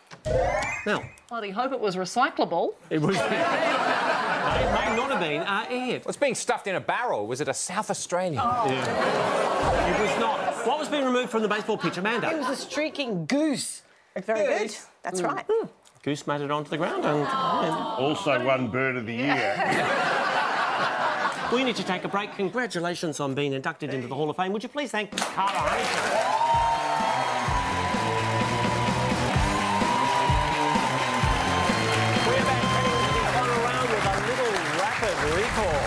S2: Mel.
S7: Bloody hope it was recyclable.
S2: It was. it may not have been uh, Ed.
S4: It's being stuffed in a barrel. Was it a South Australian?
S2: It was not. What was being removed from the baseball pitch,
S6: It
S2: Amanda?
S6: was a streaking goose.
S13: Very good. That's right.
S2: Goose made it onto the ground, and,
S3: also, one bird of the year.
S2: and we need to take a break. Congratulations on being inducted into the Hall of Fame. Would you please thank Cara Hunter? We're back on around with a little rapid recall.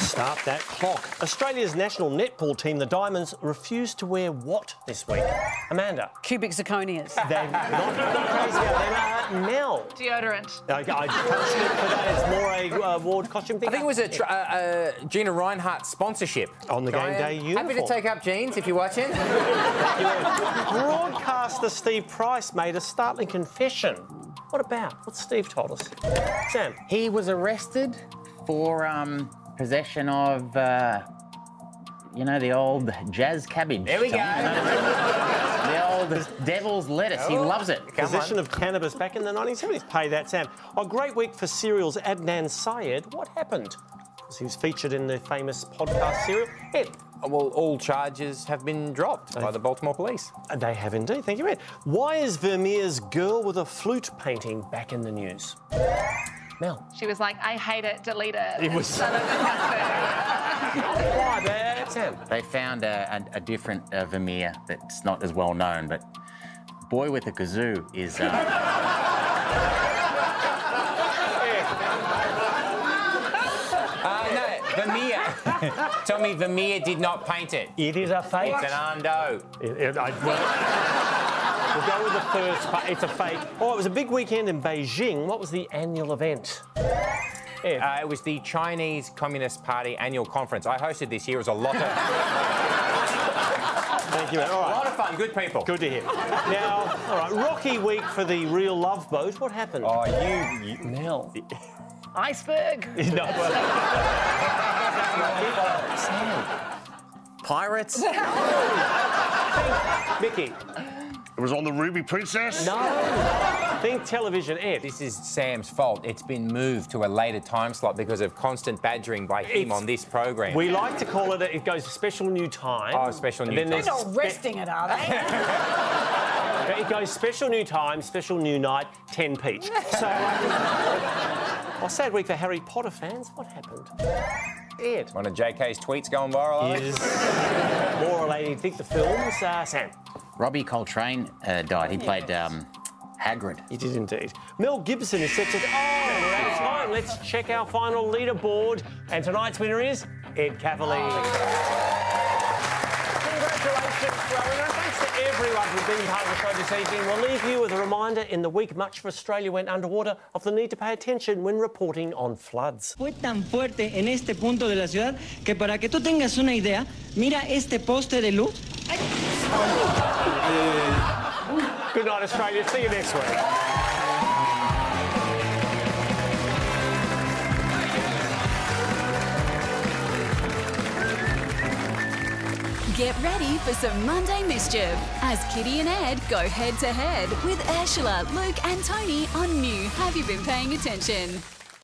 S2: Start that clock. Australia's national netball team, the Diamonds, refused to wear what this week? Amanda.
S6: Cubic zirconias.
S2: They're not, not crazy about them. Uh, Mel.
S7: Deodorant.
S2: I, I can't speak for that. It's more a uh, ward costume thing.
S4: I think it was a tr- uh, uh, Gina Reinhart sponsorship.
S2: On the game day uniform.
S4: Happy to take up jeans if you're watching.
S2: Broadcaster Steve Price made a startling confession. What about? What's Steve told us? Sam.
S5: he was arrested for um, possession of, uh, you know, the old jazz cabbage.
S4: There we go.
S5: the old devil's lettuce.
S4: Oh.
S5: He loves it.
S2: Possession of cannabis back in the 1970s. Pay that, Sam. A great week for serials. Adnan Syed. What happened? Because he was featured in the famous podcast serial. Ed.
S4: Uh, well, all charges have been dropped by the Baltimore police.
S2: Uh, They have indeed. Thank you, Ed. Why is Vermeer's girl with a flute painting back in the news? Mel.
S7: She was like, I hate it, delete it.
S2: It was-
S7: So that was
S2: Why, bad, Sam?
S5: They found a, a, a different uh, Vermeer that's not as well known, but Boy with a Kazoo is. Uh,
S4: Uh, no, Vermeer. Tell me Vermeer did not paint it.
S2: It is a fake.
S4: It's an Ando.
S2: It- it- I- well, we'll go with the first part. It's a fake. Oh, it was a big weekend in Beijing. What was the annual event?
S4: Uh, it was the Chinese Communist Party annual conference. I hosted this year. It was a lot of,
S2: Thank you, mate. All
S4: a lot
S2: right.
S4: of fun. Good people.
S2: Good to hear. Now, all right, rocky week for the real love boat. What happened?
S4: Oh, you, you
S2: Mel.
S7: Iceberg.
S2: No, well,
S5: pirates?
S2: Mickey.
S3: It was on the Ruby Princess.
S2: No. Think television, Ed.
S4: This is Sam's fault. It's been moved to a later time slot because of constant badgering by him
S2: It's-
S4: on this program.
S2: We like to call it, it goes to special new time.
S4: Oh, special
S2: And
S4: new
S2: then
S4: time.
S2: there's
S6: not resting it, are they?
S2: It goes special new time, special new night, 10 peach. So, well, sad week for Harry Potter fans. What happened? Ed.
S4: One of JK's tweets going viral.
S2: Is more relating, think the films. Uh, Sam.
S5: Robbie Coltrane uh, died. He played um, Hagrid.
S2: He did indeed. Mel Gibson is set to. Oh, we're out of time. Let's check our final leaderboard. And tonight's winner is Ed Cavalier. Congratulations. been part of the show this evening. We'll leave you with a reminder in the week much of Australia went underwater of the need to pay attention when reporting on floods.
S1: Fue tan fuerte en este punto de la ciudad que para que tú tengas una idea, mira este poste de luz.
S2: Good night, Australia. See you next week.
S6: Get ready for some Monday mischief as Kitty and Ed go head to head with Ursula, Luke, and Tony on new Have You Been Paying Attention?